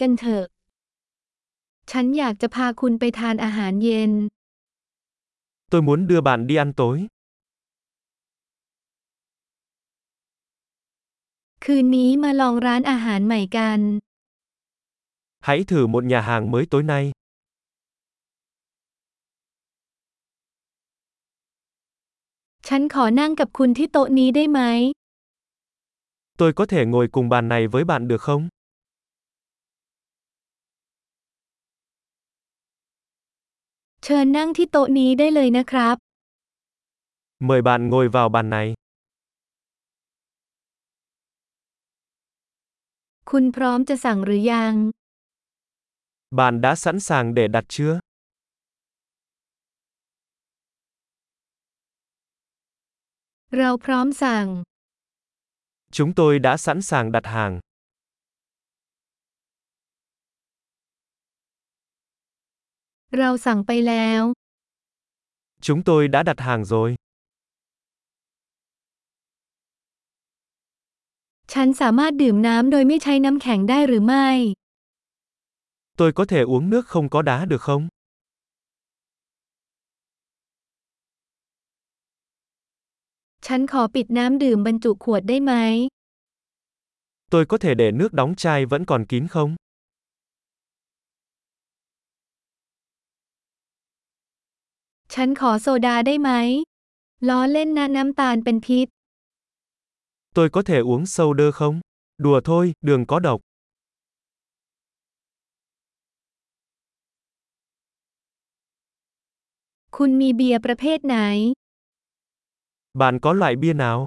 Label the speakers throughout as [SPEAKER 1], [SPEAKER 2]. [SPEAKER 1] กันเถอะ ฉันอยากจะพาคุณไปทานอาหารเย็น
[SPEAKER 2] Tôi muốn đưa bạn đi ăn tối.
[SPEAKER 1] คืนนี้มาลองร้านอาหารใหม่กัน
[SPEAKER 2] Hãy thử một nhà hàng mới tối nay.
[SPEAKER 1] ฉันขอนั่งกับคุณที่โต๊ะนี้ได้ไหม
[SPEAKER 2] Tôi có thể ngồi cùng bàn này với bạn được không?
[SPEAKER 1] เชิญนั่งที่โต๊ะนี้ได้เลยนะครับ
[SPEAKER 2] Mời bạn ngồi vào bàn này.
[SPEAKER 1] คุณพร้อมจะสั่งหรือยัง
[SPEAKER 2] Bạn đã sẵn sàng để đặt chưa?
[SPEAKER 1] เราพร้อมสั่ง
[SPEAKER 2] Chúng tôi đã sẵn sàng đặt hàng.
[SPEAKER 1] เราสั่งไปแล้ว
[SPEAKER 2] Chúng tôi đã đặt hàng rồi.
[SPEAKER 1] ฉันสามารถดื่มน้ำโดยไม่ใช้น้ำแข็งได้หรือไม่
[SPEAKER 2] Tôi có thể uống nước không có đá được không?
[SPEAKER 1] ฉันขอปิดน้ำดื่มบรรจุขวดได้ไหม
[SPEAKER 2] Tôi có thể để nước đóng chai vẫn còn kín không?
[SPEAKER 1] ฉันขอโซดาได้ไหม ล้อเล่นนะน้ำตาลเป็นพิษ
[SPEAKER 2] Tôi có thể uống soda không? Đùa thôi, đường có độc.
[SPEAKER 1] คุณมีเบียร์ประเภทไหน
[SPEAKER 2] Bạn có loại bia nào?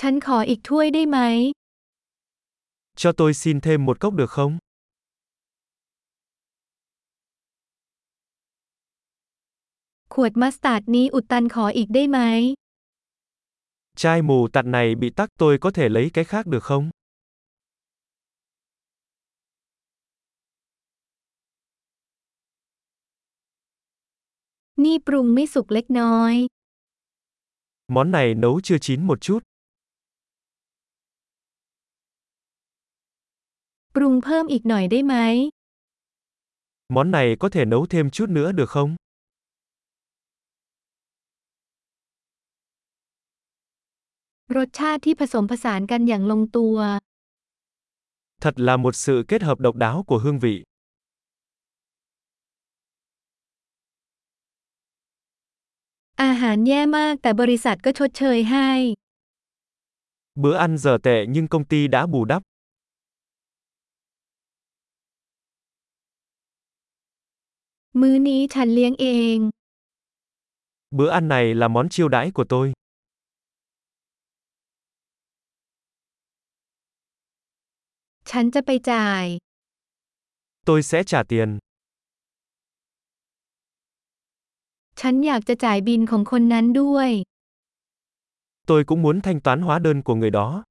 [SPEAKER 1] ฉันขออีกถ้วยได้ไหม
[SPEAKER 2] Cho tôi xin thêm một cốc được không?
[SPEAKER 1] ขวดมัสตาร์ดนี้อุดตันขออีกได้ไหม
[SPEAKER 2] Chai mù tạt này bị tắc, tôi có thể lấy cái khác được không?
[SPEAKER 1] นี่ปรุงไม่สุกเล็กน้อย
[SPEAKER 2] Món này nấu chưa chín một chút,
[SPEAKER 1] ปรุงเพิ่มอีกหน่อยได้ไหม
[SPEAKER 2] món này có thể nấu thêm chút nữa được không?
[SPEAKER 1] รสชาติที่ผสมผสานกันอย่างลงตัว
[SPEAKER 2] Thật là một sự kết hợp độc đáo của hương vị.
[SPEAKER 1] อาหารแย่มากแต่บริษัทก็ชดเชยให้
[SPEAKER 2] Bữa ăn giờ tệ nhưng công ty đã bù đắp.
[SPEAKER 1] มื้อนี้ฉันเลี้ยงเอง
[SPEAKER 2] Bữa ăn này là món chiêu đãi của tôi.
[SPEAKER 1] ฉันจะไปจ่าย
[SPEAKER 2] Tôi sẽ trả tiền.
[SPEAKER 1] ฉันอยากจะจ่ายบินของคนนั้นด้วย
[SPEAKER 2] Tôi cũng muốn thanh toán hóa đơn của người đó.